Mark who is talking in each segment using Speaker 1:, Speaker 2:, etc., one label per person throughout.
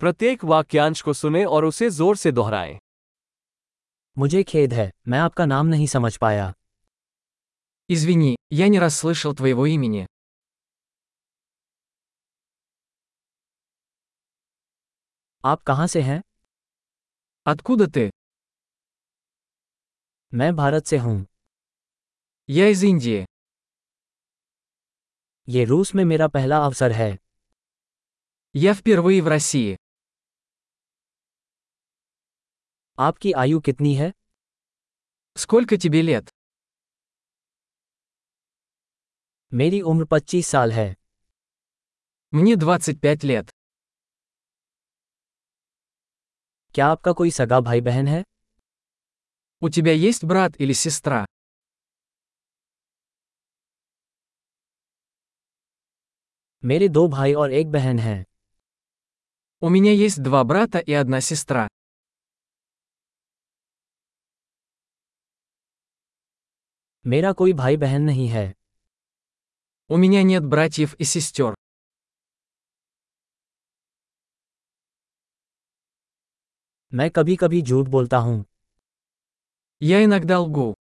Speaker 1: प्रत्येक वाक्यांश को सुने और उसे जोर से दोहराएं
Speaker 2: मुझे खेद है मैं आपका नाम नहीं समझ पाया
Speaker 3: Извини, я не расслышал твоего имени.
Speaker 2: आप कहाँ से हैं
Speaker 3: Откуда ты?
Speaker 2: मैं भारत से हूँ
Speaker 3: Я из Индии.
Speaker 2: ये रूस में मेरा पहला अवसर है
Speaker 3: Я впервые в России.
Speaker 2: आपकी आयु कितनी है
Speaker 3: Сколько тебе лет?
Speaker 2: मेरी उम्र 25 साल है
Speaker 3: Мне 25 лет.
Speaker 2: क्या आपका कोई सगा भाई बहन है
Speaker 3: У тебя есть брат или сестра?
Speaker 2: मेरे दो भाई और एक बहन है
Speaker 3: У меня есть два брата и одна сестра.
Speaker 2: मेरा कोई भाई बहन नहीं है
Speaker 3: У меня нет братьев и сестер.
Speaker 2: मैं कभी कभी झूठ बोलता हूँ
Speaker 3: Я иногда лгу.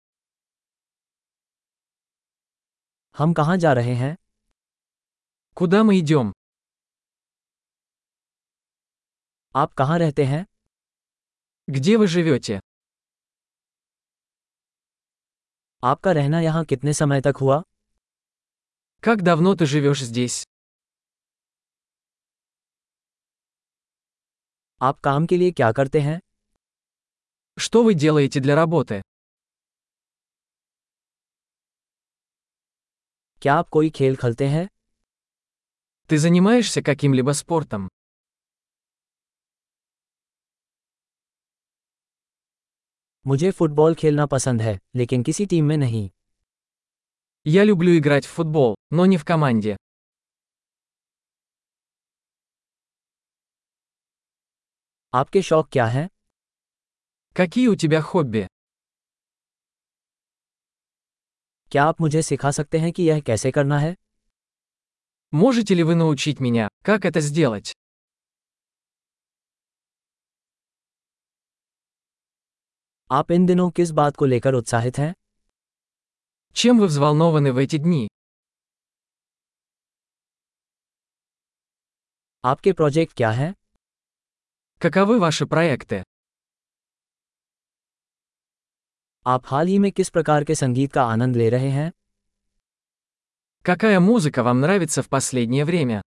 Speaker 2: हम कहाँ जा रहे हैं
Speaker 3: Куда мы идем?
Speaker 2: आप कहाँ रहते हैं
Speaker 3: Где вы живете?
Speaker 2: आपका रहना यहाँ कितने समय तक हुआ
Speaker 3: Как давно ты живешь здесь?
Speaker 2: आप काम के लिए क्या करते हैं
Speaker 3: Что вы делаете для работы?
Speaker 2: क्या आप कोई खेल खेलते हैं
Speaker 3: Ты занимаешься каким-либо спортом?
Speaker 2: मुझे फुटबॉल खेलना पसंद है लेकिन किसी टीम में नहीं
Speaker 3: Я люблю играть в футбол, но не в команде.
Speaker 2: आपके शौक क्या हैं
Speaker 3: Какие у тебя хобби?
Speaker 2: क्या आप मुझे सिखा सकते हैं कि यह कैसे करना है
Speaker 3: Можете ли вы научить меня, как это сделать?
Speaker 2: आप इन दिनों किस बात को लेकर उत्साहित हैं
Speaker 3: Чем вы взволнованы в эти дни?
Speaker 2: आपके प्रोजेक्ट क्या हैं
Speaker 3: Каковы ваши проекты?
Speaker 2: आप हाल ही में किस प्रकार के संगीत का आनंद ले रहे हैं
Speaker 3: Какая музыка вам нравится в последнее время?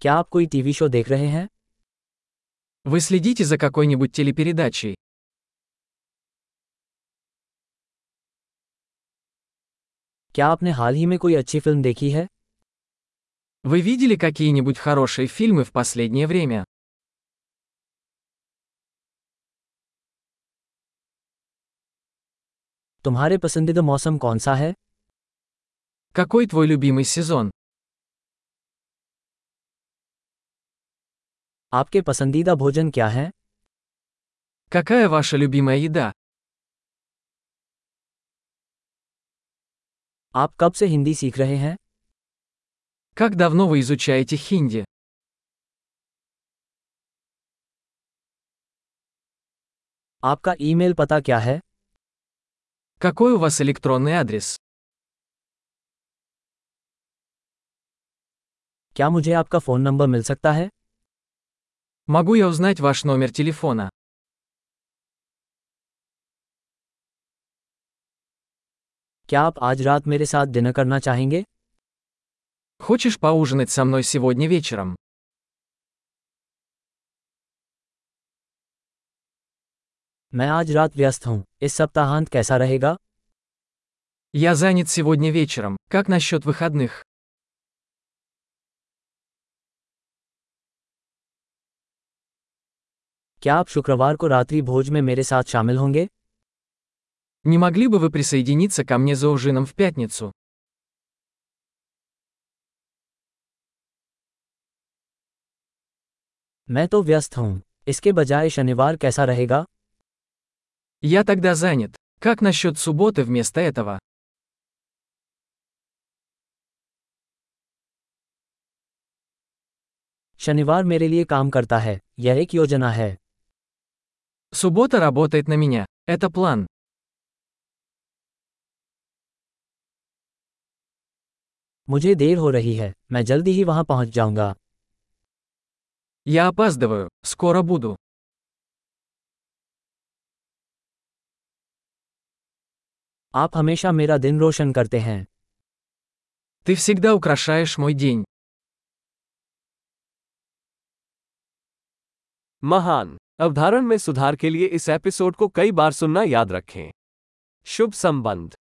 Speaker 2: क्या आप कोई टीवी शो देख रहे हैं
Speaker 3: Вы следите за какой-нибудь телепередачей?
Speaker 2: क्या आपने हाल ही में कोई अच्छी फिल्म देखी है
Speaker 3: Вы видели какие-нибудь хорошие фильмы в последнее время?
Speaker 2: तुम्हारे पसंदीदा मौसम कौन सा है
Speaker 3: Какой твой любимый сезон?
Speaker 2: आपके पसंदीदा भोजन क्या है
Speaker 3: Какая ваша любимая еда?
Speaker 2: आप कब से हिंदी सीख रहे हैं
Speaker 3: Как давно вы изучаете хинди?
Speaker 2: आपका ईमेल पता क्या है
Speaker 3: Какой у вас электронный адрес?
Speaker 2: क्या मुझे आपका फ़ोन नंबर मिल सकता है
Speaker 3: Могу я узнать ваш номер телефона?
Speaker 2: क्या आप आज रात मेरे साथ डिनर करना चाहेंगे
Speaker 3: Хочешь поужинать со мной сегодня вечером?
Speaker 2: मैं आज रात व्यस्त हूँ इस सप्ताहांत कैसा रहेगा
Speaker 3: Я занят сегодня вечером. Как насчет выходных?
Speaker 2: क्या आप शुक्रवार को रात्रि भोज में मेरे साथ शामिल होंगे
Speaker 3: Не могли бы вы присоединиться ко мне за ужином в пятницу?
Speaker 2: मैं तो व्यस्त हूँ इसके बजाय शनिवार कैसा रहेगा
Speaker 3: Я тогда занят. Как насчет субботы вместо этого?
Speaker 2: शनिवार मेरे लिए काम करता है यह एक योजना है
Speaker 3: Суббота работает на меня. Это план.
Speaker 2: मुझे देर हो रही है मैं जल्दी ही वहां पहुंच जाऊंगा
Speaker 3: Я опаздываю. Скоро буду.
Speaker 2: आप हमेशा मेरा दिन रोशन करते हैं
Speaker 3: Ты всегда украшаешь мой день.
Speaker 1: महान अवधारण में सुधार के लिए इस एपिसोड को कई बार सुनना याद रखें शुभ संबंध